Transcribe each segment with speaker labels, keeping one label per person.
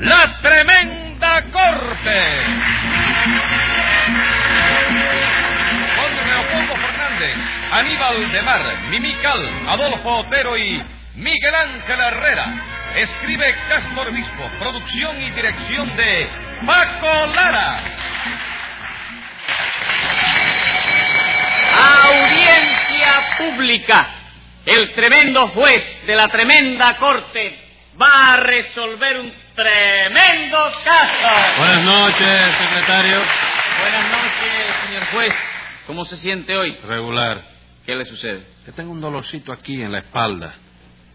Speaker 1: La Tremenda Corte. Con Leopoldo Fernández, Aníbal de Mar, Mimical, Adolfo Otero y Miguel Ángel Herrera. Escribe Castro Obispo, producción y dirección de Paco Lara.
Speaker 2: Audiencia pública. El tremendo juez de la tremenda corte va a resolver un tremendo caso.
Speaker 3: Buenas noches, secretario.
Speaker 2: Buenas noches, señor juez. ¿Cómo se siente hoy?
Speaker 3: Regular.
Speaker 2: ¿Qué le sucede?
Speaker 3: Que tengo un dolorcito aquí en la espalda.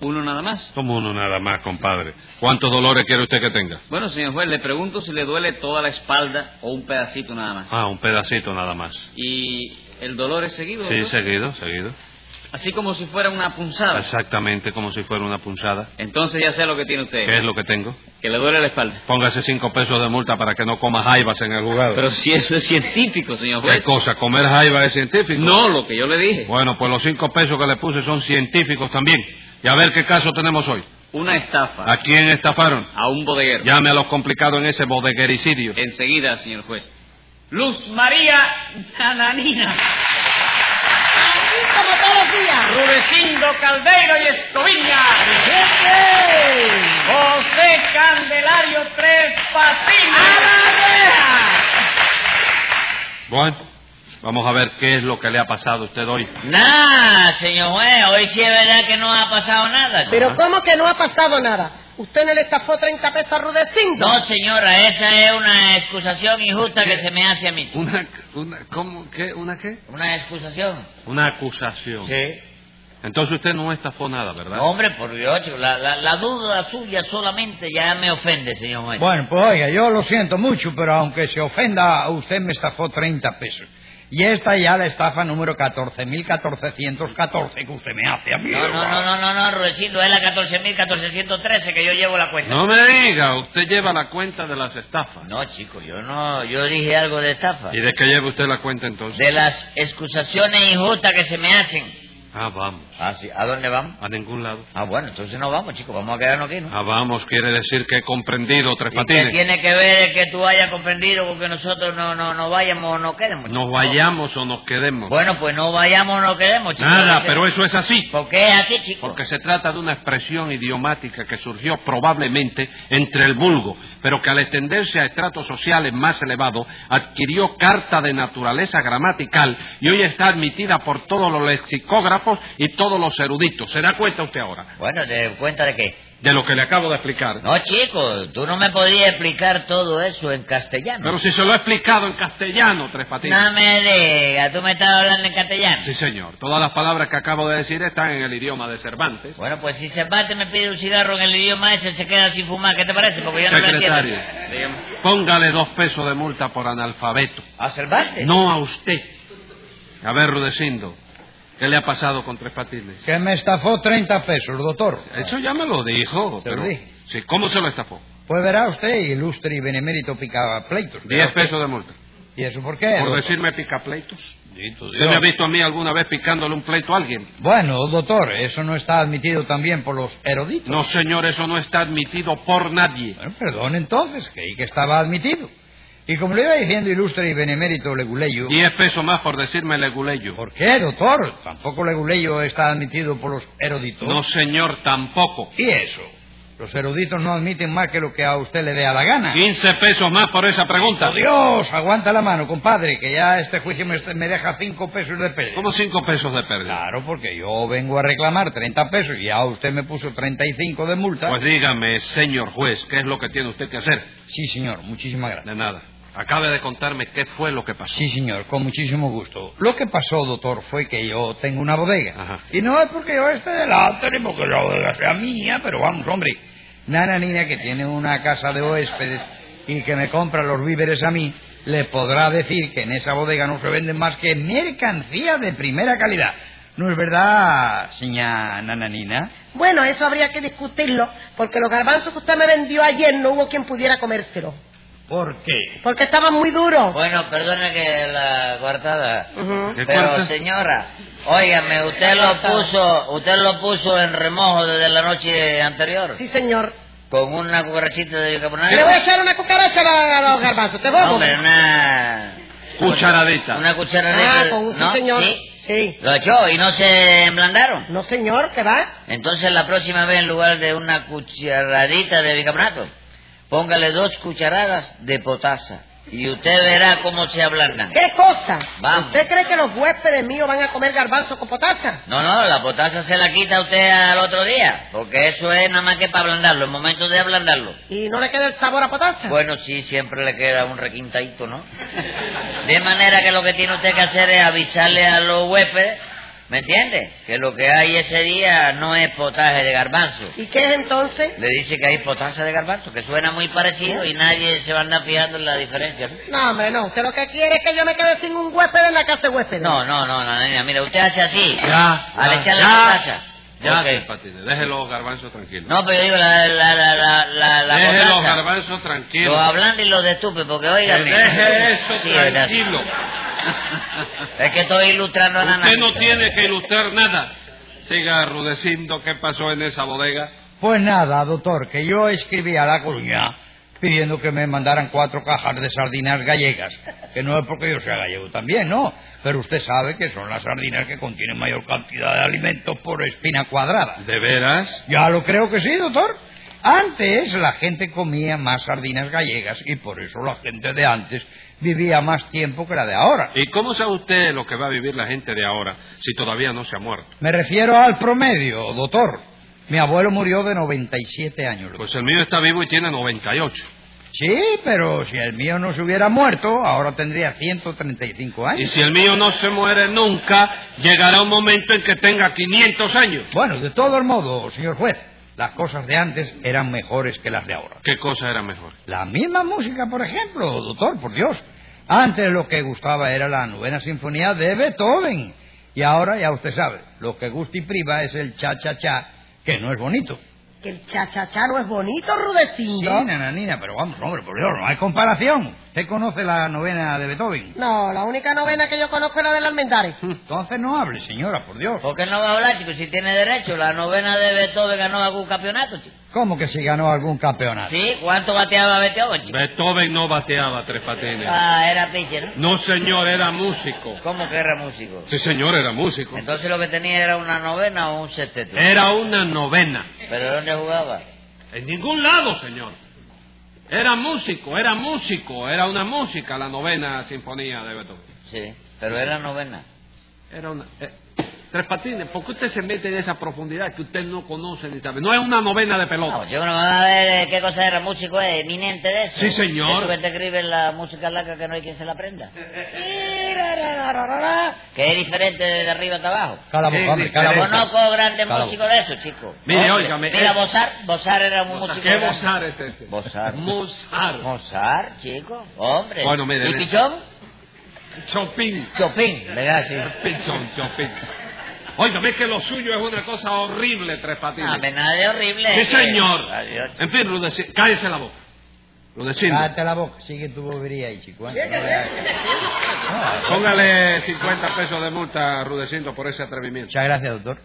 Speaker 2: ¿Uno nada más?
Speaker 3: Como uno nada más, compadre. ¿Cuántos dolores quiere usted que tenga?
Speaker 2: Bueno, señor juez, le pregunto si le duele toda la espalda o un pedacito nada más.
Speaker 3: Ah, un pedacito nada más.
Speaker 2: ¿Y el dolor es seguido?
Speaker 3: Sí,
Speaker 2: doctor?
Speaker 3: seguido, seguido.
Speaker 2: Así como si fuera una punzada.
Speaker 3: Exactamente como si fuera una punzada.
Speaker 2: Entonces ya sé lo que tiene usted.
Speaker 3: ¿Qué es lo que tengo?
Speaker 2: Que le duele la espalda.
Speaker 3: Póngase cinco pesos de multa para que no coma jaivas en el jugado.
Speaker 2: Pero si eso es científico, señor
Speaker 3: ¿Qué
Speaker 2: juez.
Speaker 3: cosa? ¿Comer jaiba es científico?
Speaker 2: No, lo que yo le dije.
Speaker 3: Bueno, pues los cinco pesos que le puse son científicos también. Y a ver qué caso tenemos hoy.
Speaker 2: Una estafa
Speaker 3: ¿A quién estafaron?
Speaker 2: a un bodeguero.
Speaker 3: Llame a los complicados en ese bodeguericidio.
Speaker 2: Eh. Enseguida, señor juez. Luz María Nananina,
Speaker 4: Aquí como todos los días.
Speaker 2: Rudecindo Caldeiro y Escoviña, José Candelario Tres
Speaker 4: Ah.
Speaker 2: Patines.
Speaker 3: Bueno, vamos a ver qué es lo que le ha pasado a usted hoy.
Speaker 5: Nah, señor juez, hoy sí es verdad que no ha pasado nada.
Speaker 4: Pero ¿cómo que no ha pasado nada? Usted no le estafó 30 pesos a Rudecindo.
Speaker 5: No, señora, esa es una excusación injusta que se me hace a mí.
Speaker 3: Una, una, ¿cómo, qué, una qué?
Speaker 5: ¿Una excusación?
Speaker 3: Una acusación.
Speaker 5: Sí.
Speaker 3: Entonces usted no estafó nada, ¿verdad?
Speaker 5: Hombre, por Dios, chico, la, la- la duda suya solamente ya me ofende, señor juez.
Speaker 6: Bueno, pues oiga, yo lo siento mucho, pero aunque se ofenda, usted me estafó 30 pesos. Y esta ya la estafa número 14.414 que usted me hace a mí.
Speaker 5: No, no, no, no, no, no, Rudecindo, es la 14.413 que yo llevo la cuenta.
Speaker 3: No me diga, usted lleva la cuenta de las estafas.
Speaker 5: No, chico, yo no, yo dije algo de estafa.
Speaker 3: ¿Y de qué lleva usted la cuenta entonces?
Speaker 5: De las excusaciones injustas que se me hacen.
Speaker 3: Ah, vamos.
Speaker 5: Ah, sí, ¿a dónde vamos?
Speaker 3: A ningún lado.
Speaker 5: Ah, bueno, entonces no vamos, chicos, vamos a quedarnos aquí, ¿no?
Speaker 3: Ah, vamos, quiere decir que he comprendido, Tres
Speaker 5: ¿Y qué
Speaker 3: Patines.
Speaker 5: tiene que ver el que tú hayas comprendido porque nosotros no, no, no vayamos o no queremos?
Speaker 3: Nos
Speaker 5: chico?
Speaker 3: vayamos o nos quedemos.
Speaker 5: Bueno, pues no vayamos o no queremos, chicos.
Speaker 3: Nada, pero eso es así.
Speaker 5: ¿Por qué es así, chico?
Speaker 3: Porque se trata de una expresión idiomática que surgió probablemente entre el vulgo, pero que al extenderse a estratos sociales más elevados adquirió carta de naturaleza gramatical y hoy está admitida por todos los lexicógrafos y todos los eruditos. ¿Se da cuenta usted ahora
Speaker 5: Bueno, ¿te cuenta de qué?
Speaker 3: de lo que le acabo de explicar?
Speaker 5: No, chico, tú no me podías explicar todo eso en castellano.
Speaker 3: Pero si se lo he explicado en castellano, Tres Patines.
Speaker 5: No me digas, tú me estás hablando en castellano.
Speaker 3: Sí, señor. Todas las palabras que acabo de decir están en el idioma de Cervantes.
Speaker 5: Bueno, pues si Cervantes me pide un cigarro en el idioma ese, se queda sin fumar. ¿Qué te parece? Porque yo no lo
Speaker 3: Secretario,
Speaker 5: entiendo.
Speaker 3: póngale dos pesos de multa por analfabeto.
Speaker 5: ¿A Cervantes?
Speaker 3: No a usted. A ver, Rudecindo, ¿qué le ha pasado con Tres Patines?
Speaker 6: Que me estafó 30 pesos, doctor.
Speaker 3: Eso ya me lo dijo,
Speaker 6: Se
Speaker 3: pero...
Speaker 6: lo dije.
Speaker 3: Sí, ¿Cómo se lo estafó?
Speaker 6: Pues verá usted, ilustre y benemérito picaba pleitos. verá
Speaker 3: Diez
Speaker 6: usted.
Speaker 3: pesos de multa.
Speaker 6: ¿Y eso por qué?
Speaker 3: Por
Speaker 6: doctor?
Speaker 3: decirme pica pleitos. ¿Usted me ha visto a mí alguna vez picándole un pleito a alguien?
Speaker 6: Bueno, doctor, eso no está admitido también por los eruditos.
Speaker 3: No, señor, eso no está admitido por nadie.
Speaker 6: Bueno, perdón entonces, creí que estaba admitido. Y como le iba diciendo ilustre y benemérito Leguleyo...
Speaker 3: Diez pesos más por decirme leguleyo.
Speaker 6: ¿Por qué, doctor? Tampoco Leguleyo está admitido por los eruditos.
Speaker 3: No, señor, tampoco.
Speaker 6: ¿Y eso? Los eruditos no admiten más que lo que a usted le dé a la gana.
Speaker 3: Quince pesos más por esa pregunta.
Speaker 6: ¡Oh, Dios! Aguanta la mano, compadre, que ya este juicio me, me deja cinco pesos de pérdida.
Speaker 3: ¿Cómo cinco pesos de pérdida?
Speaker 6: Claro, porque yo vengo a reclamar 30 pesos y ya usted me puso 35 de multa.
Speaker 3: Pues dígame, señor juez, ¿qué es lo que tiene usted que hacer?
Speaker 6: Sí, señor, muchísimas gracias.
Speaker 3: De nada. Acabe de contarme qué fue lo que pasó.
Speaker 6: Sí, señor, con muchísimo gusto. Lo que pasó, doctor, fue que yo tengo una bodega.
Speaker 3: Ajá.
Speaker 6: Y no es porque yo esté delante ni porque la bodega sea mía, pero vamos, hombre. Nana Nina, que tiene una casa de huéspedes y que me compra los víveres a mí, le podrá decir que en esa bodega no se venden más que mercancía de primera calidad. ¿No es verdad, señora Nananina?
Speaker 4: Bueno, eso habría que discutirlo, porque los garbanzos que usted me vendió ayer no hubo quien pudiera comérselo,
Speaker 6: ¿Por qué?
Speaker 4: porque estaban muy duros.
Speaker 5: Bueno, perdone que la coartada.
Speaker 4: Ujú.
Speaker 3: ¿Qué
Speaker 5: Pero
Speaker 3: cuarta?
Speaker 5: señora, óigame, usted lo puso, usted lo puso en remojo desde la noche anterior.
Speaker 4: Sí, señor.
Speaker 5: con una cucarachita de bicarbonato.
Speaker 4: Le voy a echar una cucaracha a la- a los garbanzos. ¿Te
Speaker 5: No,
Speaker 4: bobo?
Speaker 5: pero una...
Speaker 3: Cucharadita.
Speaker 5: Una cucharadita.
Speaker 4: Ah, con un sí,
Speaker 5: ¿no?
Speaker 4: señor.
Speaker 5: Sí.
Speaker 4: Sí.
Speaker 5: Lo echó y no se emblandaron.
Speaker 4: No, señor, ¿qué va?
Speaker 5: Entonces la próxima vez en lugar de una cucharadita de bicarbonato, póngale dos cucharadas de potasa y usted verá cómo se ablandan.
Speaker 4: ¿Qué cosa?
Speaker 5: Vamos.
Speaker 4: ¿Usted cree que los huéspedes míos van a comer garbanzos con potasa?
Speaker 5: No, no, la potasa se la quita usted al otro día, porque eso es nada más que para ablandarlo, el momento de ablandarlo.
Speaker 4: ¿Y no le queda el sabor a potasa?
Speaker 5: Bueno, sí, siempre le queda un requintadito, ¿no? De manera que lo que tiene usted que hacer es avisarle a los huéspedes, ¿me entiende? Que lo que hay ese día no es potaje de garbanzo.
Speaker 4: ¿Y qué es entonces?
Speaker 5: Le dice que hay potasa de garbanzo, que suena muy parecido y nadie se va a andar fijando en la diferencia, ¿no?
Speaker 4: No, hombre, no. Usted lo que quiere es que yo me quede sin un huésped en la casa de huéspedes.
Speaker 5: No, no, no, no, nena, mira, usted hace así,
Speaker 3: Ya,
Speaker 5: al
Speaker 3: ya,
Speaker 5: echar la
Speaker 3: ya,
Speaker 5: potasa.
Speaker 3: Ya,
Speaker 5: Ok.
Speaker 3: Patines, déjelo garbanzos tranquilos.
Speaker 5: No, pero yo digo, la, la, la, la, la, la
Speaker 3: Deje los
Speaker 5: potasa.
Speaker 3: garbanzos tranquilos.
Speaker 5: Los hablantes y los de estúpidos, porque
Speaker 3: Que
Speaker 5: óigame.
Speaker 3: deje eso
Speaker 5: Sí, gracias.
Speaker 3: tranquilo.
Speaker 5: Es que estoy ilustrando a Nana.
Speaker 3: Usted no tiene que ilustrar nada. Siga arrudeciendo qué pasó en esa bodega.
Speaker 6: Pues nada, doctor, que yo escribí a La Coruña pidiendo que me mandaran cuatro cajas de sardinas gallegas, que no es porque yo sea gallego también, no, pero usted sabe que son las sardinas que contienen mayor cantidad de alimentos por espina cuadrada.
Speaker 3: ¿De veras?
Speaker 6: Ya lo creo que sí, doctor. Antes la gente comía más sardinas gallegas y por eso la gente de antes vivía más tiempo que la de ahora.
Speaker 3: ¿Y cómo sabe usted lo que va a vivir la gente de ahora si todavía no se ha muerto?
Speaker 6: Me refiero al promedio, doctor. Mi abuelo murió de 97 años. doctor.
Speaker 3: Pues el mío está vivo y tiene 98.
Speaker 6: Sí, pero si el mío no se hubiera muerto, ahora tendría 135
Speaker 3: Y
Speaker 6: años.
Speaker 3: si el mío no se muere nunca, llegará un momento en que tenga 500 años.
Speaker 6: Bueno, de todos modos, señor juez, las cosas de antes eran mejores que las de ahora.
Speaker 3: ¿Qué cosa era mejor?
Speaker 6: La misma música, por ejemplo, doctor, por Dios. Antes lo que gustaba era la novena sinfonía de Beethoven. Y ahora, ya usted sabe, lo que gusta y priva es el cha-cha-cha, que no es bonito.
Speaker 4: Que el cha-cha-cha no es bonito,
Speaker 6: Sí,
Speaker 4: Rudecindo.
Speaker 6: nananina, pero vamos, hombre, por Dios, no hay comparación. Usted conoce la novena de Beethoven.
Speaker 4: No, la única novena que yo conozco es la del Almendares.
Speaker 6: Entonces no hable, señora, por Dios.
Speaker 5: ¿Por qué no va a hablar, chico? Si tiene derecho, la novena de Beethoven ganó algún campeonato, chico.
Speaker 6: ¿Cómo que si ganó algún campeonato?
Speaker 5: ¿Sí? ¿Cuánto bateaba Beethoven, chico?
Speaker 3: Beethoven no bateaba tres patines.
Speaker 5: Ah, era pitcher, ¿no?
Speaker 3: No, señor, era músico.
Speaker 5: ¿Cómo que era músico?
Speaker 3: Sí, señor, era músico.
Speaker 5: Entonces lo que tenía era una novena o un sexteto.
Speaker 3: Era una novena.
Speaker 5: ¿Pero dónde jugaba?
Speaker 3: En ningún lado, señor. Era músico, era músico, era una música la novena sinfonía de Beethoven.
Speaker 5: Sí, pero era novena.
Speaker 3: Era una... eh, Tres Patines, ¿por qué usted se mete en esa profundidad que usted no conoce ni sabe? No es una novena de
Speaker 5: No,
Speaker 3: pelota.
Speaker 5: yo no va a ver eh, qué cosa era músico, es eminente de eso.
Speaker 3: Sí, señor.
Speaker 5: Eso que te escribe la música laca que no hay quien se la aprenda. Que es diferente de arriba hasta abajo.
Speaker 6: Cala boca, hombre, cala
Speaker 3: Pero
Speaker 6: boca.
Speaker 5: Conozco grandes
Speaker 6: Claro.
Speaker 5: músicos de eso, chico.
Speaker 3: Mire,
Speaker 5: Hombre,
Speaker 3: óigame,
Speaker 5: Mira,
Speaker 3: eh.
Speaker 5: Bozar, Bozar era un músico.
Speaker 3: ¿Qué
Speaker 5: grande.
Speaker 3: Mozart es ese?
Speaker 5: Mozart.
Speaker 3: Mozart.
Speaker 5: Mozart, chico. Hombre.
Speaker 3: Bueno, mire,
Speaker 5: ¿Y
Speaker 3: mire.
Speaker 5: Pichón?
Speaker 3: Chopin.
Speaker 5: Chopin, ¿verdad? Sí.
Speaker 3: Pichón, Chopin. Óigame, es que lo suyo es una cosa horrible, Tres Patines.
Speaker 5: Ah, pero nada de horrible. eh.
Speaker 3: Sí, señor. Eh,
Speaker 5: Adiós.
Speaker 3: En fin, Rudecindo, cállese la boca. Rudecindo,
Speaker 6: Cállate la boca, sigue tu bobería ahí, chico. anda, no le hagas. No,
Speaker 3: póngale 50 pesos de multa a Rudecindo por ese atrevimiento.
Speaker 6: Muchas gracias, doctor.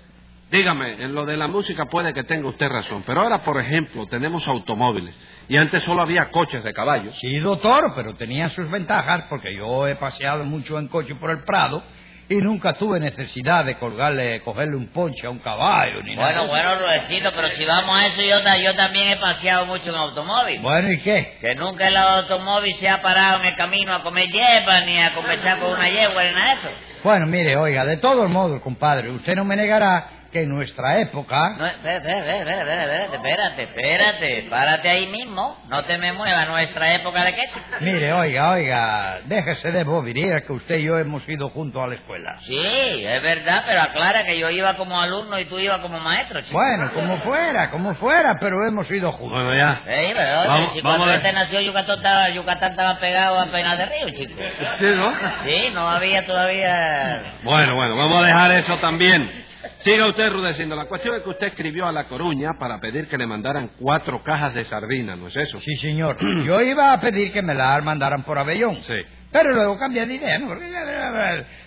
Speaker 3: Dígame, en lo de la música puede que tenga usted razón, pero ahora, por ejemplo, tenemos automóviles y antes solo había coches de caballos.
Speaker 6: Sí, doctor, pero tenía sus ventajas porque yo he paseado mucho en coche por el Prado y nunca tuve necesidad de colgarle, cogerle un ponche a un caballo ni
Speaker 5: Bueno,
Speaker 6: nada.
Speaker 5: bueno, Rudecito, pero si vamos a eso, yo, ta- yo también he paseado mucho en automóvil.
Speaker 6: Bueno, ¿y qué?
Speaker 5: Que nunca el automóvil se ha parado en el camino a comer hierba, ni a conversar con una yegua, ni nada de eso.
Speaker 6: Bueno, mire, oiga, de todos modos, compadre, usted no me negará que en nuestra época...
Speaker 5: No, eh, espérate, espérate, espérate, espérate, espérate, párate ahí mismo, no te me muevas, nuestra época de qué.
Speaker 6: Mire, oiga, oiga, déjese de bobería que usted y yo hemos ido juntos a la escuela.
Speaker 5: Sí, es verdad, pero aclara que yo iba como alumno y tú ibas como maestro, chico.
Speaker 6: Bueno, como fuera, como fuera, pero hemos ido juntos.
Speaker 3: Bueno, ya.
Speaker 5: Sí, pero oye,
Speaker 3: Vamos-
Speaker 5: si
Speaker 3: vamos
Speaker 5: cuando
Speaker 3: a ver.
Speaker 5: este nació Yucatán estaba, Yucatán estaba pegado a Penas de Río, chico.
Speaker 3: ¿Sí, no?
Speaker 5: Sí, no había todavía...
Speaker 3: Bueno, bueno, vamos a dejar eso también. Siga usted rudeciendo. La cuestión es que usted escribió a La Coruña para pedir que le mandaran cuatro cajas de sardinas, ¿no es eso?
Speaker 6: Sí, señor. Yo iba a pedir que me la mandaran por Abellón.
Speaker 3: Sí.
Speaker 6: Pero luego eh, cambié de idea, ¿no? Porque,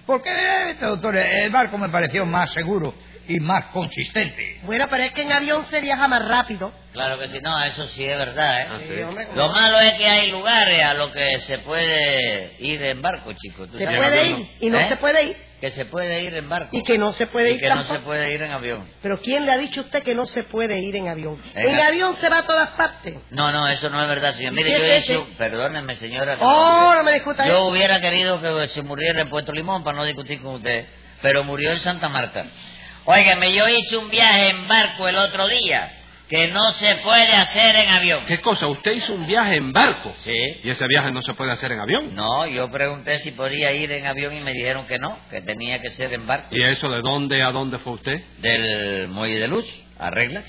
Speaker 6: porque este doctor, el barco me pareció más seguro y más consistente.
Speaker 4: Bueno, pero es que en avión se viaja más rápido.
Speaker 5: Claro que sí, no, eso sí es verdad, ¿eh?
Speaker 3: Ah, sí.
Speaker 4: Sí, hombre, como-
Speaker 5: Lo malo es que hay lugares a los que se puede ir en barco, chicos.
Speaker 4: se puede ir y no
Speaker 5: ¿Eh?
Speaker 4: se puede ir.
Speaker 5: Que se puede ir en barco.
Speaker 4: Y que no se puede
Speaker 5: Y
Speaker 4: ir
Speaker 5: que no
Speaker 4: tampoco.
Speaker 5: se puede ir en avión.
Speaker 4: Pero ¿quién le ha dicho a usted que no se puede ir en avión?
Speaker 5: En
Speaker 4: En,
Speaker 5: a-
Speaker 4: avión se va a todas partes.
Speaker 5: No, no, eso no es verdad, señor. Mire,
Speaker 4: ¿Y qué
Speaker 5: yo he
Speaker 4: es
Speaker 5: hecho...
Speaker 4: ese?
Speaker 5: Perdóneme, señora. que
Speaker 4: Oh,
Speaker 5: no-
Speaker 4: no me discuta
Speaker 5: Yo
Speaker 4: eso.
Speaker 5: hubiera querido que se muriera en Puerto Limón para no discutir con usted, pero murió en Santa Marta. Óigame, yo hice un viaje en barco el otro día que no se puede hacer en avión.
Speaker 3: ¿Qué cosa? Usted hizo un viaje en barco.
Speaker 5: Sí.
Speaker 3: Y ese viaje no se puede hacer en avión.
Speaker 5: No, yo pregunté si podía ir en avión y me dijeron que no, que tenía que ser en barco.
Speaker 3: ¿Y eso de dónde a dónde fue usted?
Speaker 5: Del muelle de luz, arregla.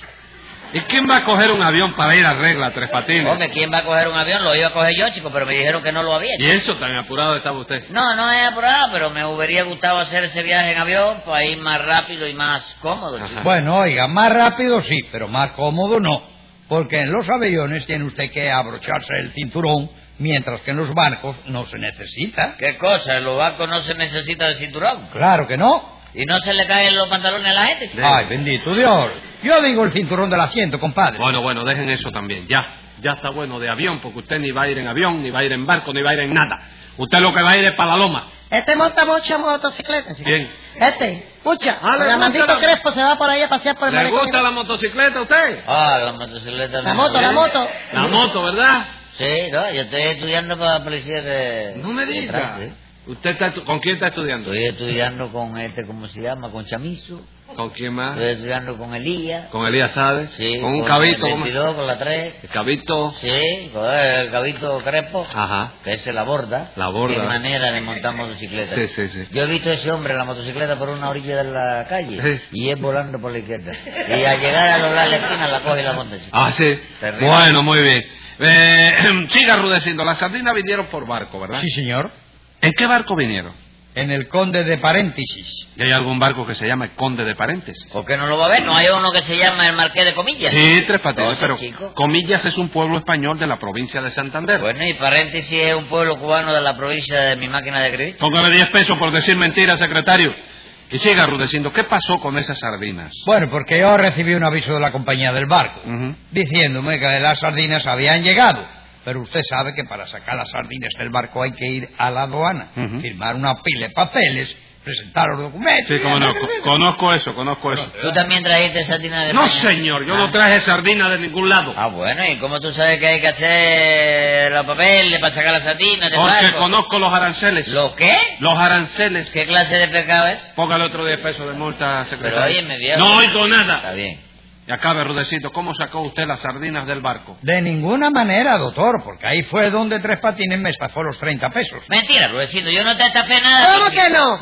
Speaker 3: ¿Y quién va a coger un avión para ir a regla Tres Patines?
Speaker 5: Hombre, ¿quién va a coger un avión? Lo iba a coger yo, chico, pero me dijeron que no lo había.
Speaker 3: ¿Y eso tan apurado estaba usted?
Speaker 5: No, no he aprobado, pero me hubiera gustado hacer ese viaje en avión para ir más rápido y más cómodo. chico.
Speaker 3: Ajá.
Speaker 6: Bueno, oiga, más rápido sí, pero más cómodo no. Porque en los aviones tiene usted que abrocharse el cinturón, mientras que en los barcos no se necesita.
Speaker 5: ¿Qué cosa? En los barcos no se necesita de cinturón.
Speaker 6: Claro que no.
Speaker 5: Y no se le caen los pantalones a la gente. chico.
Speaker 6: Ay, bendito Dios. Yo digo el cinturón del asiento, compadre.
Speaker 3: Bueno, bueno, dejen eso también, ya. Ya está bueno de avión, porque usted ni va a ir en avión, ni va a ir en barco, ni va a ir en nada. Usted lo que va a ir es para la loma.
Speaker 4: Este monta mucha motocicleta. ¿sí?
Speaker 3: ¿Quién?
Speaker 4: Este, mucha.
Speaker 3: Ah, le gusta
Speaker 4: la
Speaker 3: la-
Speaker 4: maldito Crespo se va por ahí a pasear por el
Speaker 3: ¿Le
Speaker 4: malecón.
Speaker 3: gusta la motocicleta a usted?
Speaker 5: Ah, la motocicleta.
Speaker 4: La
Speaker 5: no.
Speaker 4: moto, la moto.
Speaker 3: La moto, ¿verdad?
Speaker 5: Sí, no, yo estoy estudiando para policía de...
Speaker 3: No me
Speaker 5: de
Speaker 3: diga.
Speaker 5: tránsito. ¿eh?
Speaker 3: ¿Usted está estu- ¿Con quién está estudiando?
Speaker 5: Estoy estudiando con este, ¿cómo se llama? Con Chamizo.
Speaker 3: ¿Con quién más?
Speaker 5: Estoy estudiando con Elías.
Speaker 3: ¿Con Elías Sade?
Speaker 5: Sí,
Speaker 3: Ah. ¿Con un
Speaker 5: con
Speaker 3: cabito?
Speaker 5: El
Speaker 3: ¿cómo?
Speaker 5: 22, con la 3.
Speaker 3: ¿El cabito?
Speaker 5: Sí, con el cabito Crespo.
Speaker 3: Ajá.
Speaker 5: que es la borda.
Speaker 3: La borda.
Speaker 5: Qué manera de montar motocicleta.
Speaker 3: Sí, sí, sí.
Speaker 5: Yo he visto a ese hombre en la motocicleta por una orilla de la calle
Speaker 3: Sí.
Speaker 5: y es volando por la izquierda. Y al llegar a doblar la esquina la coge y la monta. chico.
Speaker 3: Ah, sí.
Speaker 5: Terrible.
Speaker 3: Bueno, muy bien. Eh, siga rudeciendo. Las sardinas vinieron por barco, ¿verdad?
Speaker 6: Sí, señor.
Speaker 3: ¿En qué barco vinieron?
Speaker 6: En el conde de paréntesis.
Speaker 3: ¿Y hay algún barco que se llama el Conde de Paréntesis?
Speaker 5: ¿Por qué no lo va a ver? No hay uno que se llama el Marqués de Comillas.
Speaker 3: Sí, Tres Patines,
Speaker 5: Entonces,
Speaker 3: pero
Speaker 5: chico.
Speaker 3: Comillas es un pueblo español de la provincia de Santander.
Speaker 5: Bueno, y paréntesis es un pueblo cubano de la provincia de mi máquina de escribir.
Speaker 3: Póngame 10 pesos por decir mentira, secretario. Y siga rudeciendo. ¿Qué pasó con esas sardinas?
Speaker 6: Bueno, porque yo recibí un aviso de la compañía del barco
Speaker 3: Ujú.
Speaker 6: diciéndome que las sardinas habían llegado. Pero usted sabe que para sacar las sardinas del barco hay que ir a la aduana,
Speaker 3: Ujú.
Speaker 6: firmar una pila de papeles, presentar los documentos.
Speaker 3: Sí, cómo no. co- Conozco eso, conozco eso.
Speaker 5: ¿Tú también trajiste sardina de
Speaker 3: No,
Speaker 5: España?
Speaker 3: señor, yo no
Speaker 5: Ah.
Speaker 3: traje sardinas de ningún lado.
Speaker 5: Ah, bueno, ¿y cómo tú sabes que hay que hacer los papeles para sacar la sardina del
Speaker 3: Porque
Speaker 5: barco?
Speaker 3: conozco los aranceles.
Speaker 5: ¿Lo qué?
Speaker 3: Los aranceles.
Speaker 5: ¿Qué clase de pecado es?
Speaker 3: Póngale otro 10 pesos de multa, secretario.
Speaker 5: Pero óyeme, viejo.
Speaker 3: No oigo
Speaker 5: Está
Speaker 3: nada.
Speaker 5: bien.
Speaker 3: Y acabe, Rudecito, ¿cómo sacó usted las sardinas del barco?
Speaker 6: De ninguna manera, doctor, porque ahí fue donde Tres Patines me estafó los 30 pesos.
Speaker 5: Mentira, Rudecindo, yo no te tapé nada.
Speaker 4: ¿Cómo
Speaker 5: porque-
Speaker 4: que no?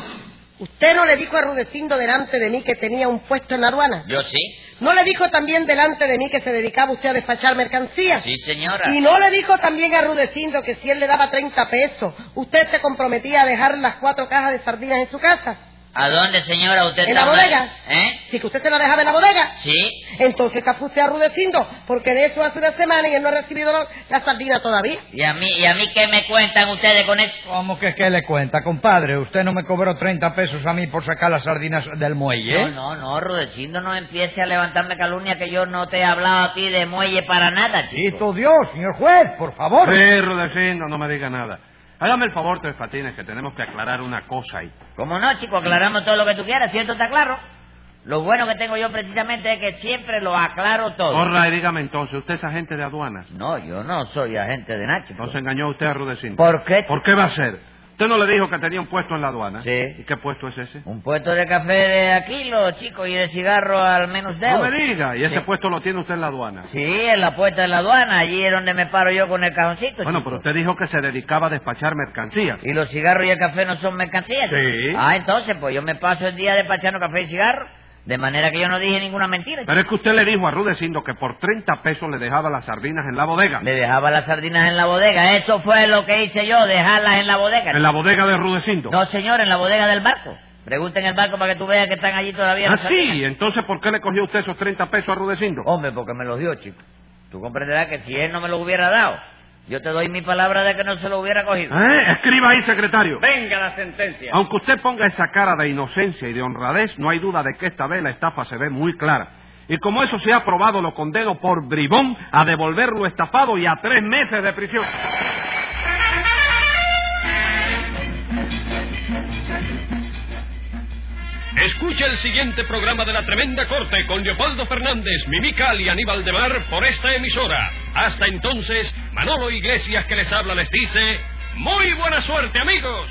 Speaker 4: ¿Usted no le dijo a Rudecindo delante de mí que tenía un puesto en la aduana?
Speaker 5: Yo sí.
Speaker 4: ¿No le dijo también delante de mí que se dedicaba usted a despachar mercancías?
Speaker 5: Sí, señora.
Speaker 4: ¿Y no le dijo también a Rudecindo que si él le daba 30 pesos, usted se comprometía a dejar las cuatro cajas de sardinas en su casa?
Speaker 5: ¿A dónde, señora, usted
Speaker 4: ¿En
Speaker 5: está
Speaker 4: la
Speaker 5: mal?
Speaker 4: bodega?
Speaker 5: ¿Eh?
Speaker 4: Si que usted se la dejaba en la bodega.
Speaker 5: Sí.
Speaker 4: Entonces está usted arrudeciendo, porque de eso hace una semana y él no ha recibido la, la sardina todavía.
Speaker 5: ¿Y a mí, y a mí qué me cuentan ustedes con eso?
Speaker 6: ¿Cómo que qué le cuenta, compadre? Usted no me cobró 30 pesos a mí por sacar las sardinas del muelle. ¿eh?
Speaker 5: No, no, no, Rudecindo, no empiece a levantarme calumnia que yo no te he hablado a ti de muelle para nada, chico.
Speaker 6: Bendito Dios, señor juez, por favor.
Speaker 3: Sí, Rudecindo, no me diga nada. Hágame el favor, Tres Patines, que tenemos que aclarar una cosa ahí.
Speaker 5: ¿Cómo no, chico? Aclaramos todo lo que tú quieras, ¿cierto? ¿Está claro? Lo bueno que tengo yo precisamente es que siempre lo aclaro todo.
Speaker 3: Corra y dígame entonces, ¿usted es agente de aduanas?
Speaker 5: No, yo no soy agente de Nacho.
Speaker 3: ¿No se engañó usted a Rudecindo?
Speaker 5: ¿Por qué?
Speaker 3: ¿Por qué va a ser? ¿Usted no le dijo que tenía un puesto en la aduana?
Speaker 5: Sí.
Speaker 3: ¿Y qué puesto es ese?
Speaker 5: Un puesto de café de a kilo, chico, y de cigarro al menos de
Speaker 3: No me diga, y ese
Speaker 5: Sí.
Speaker 3: puesto lo tiene usted en la aduana.
Speaker 5: Sí, en la puerta de la aduana, allí es donde me paro yo con el cajoncito.
Speaker 3: Bueno,
Speaker 5: chico.
Speaker 3: pero usted dijo que se dedicaba a despachar mercancías.
Speaker 5: ¿Y los cigarros y el café no son mercancías?
Speaker 3: Sí.
Speaker 5: Ah, entonces, pues yo me paso el día despachando café y cigarro, de manera que yo no dije ninguna mentira. chico.
Speaker 3: Pero es que usted le dijo a Rudecindo que por 30 pesos le dejaba las sardinas en la bodega.
Speaker 5: Le dejaba las sardinas en la bodega, eso fue lo que hice yo, dejarlas en la bodega.
Speaker 3: En la bodega de Rudecindo.
Speaker 5: No, señor, en la bodega del barco. Pregunten el barco para que tú veas que están allí todavía.
Speaker 3: Ah,
Speaker 5: las sardinas.
Speaker 3: sí, entonces ¿por qué le cogió usted
Speaker 5: Oh,
Speaker 3: esos 30 pesos a Rudecindo?
Speaker 5: Hombre, porque me los dio, chico. Tú comprenderás que si él no me los hubiera dado, Yo te doy mi palabra de que no se lo hubiera cogido.
Speaker 3: ¿Eh? Escriba ahí, secretario.
Speaker 2: Venga la sentencia.
Speaker 3: Aunque usted ponga esa cara de inocencia y de honradez, no hay duda de que esta vez la estafa se ve muy clara. Y como eso se ha probado, lo condeno por bribón a devolver lo estafado y a tres meses de prisión.
Speaker 1: Escucha el siguiente programa de La Tremenda Corte con Leopoldo Fernández, Mimical y Aníbal de Mar por esta emisora. Hasta entonces, Manolo Iglesias que les habla les dice, muy buena suerte amigos.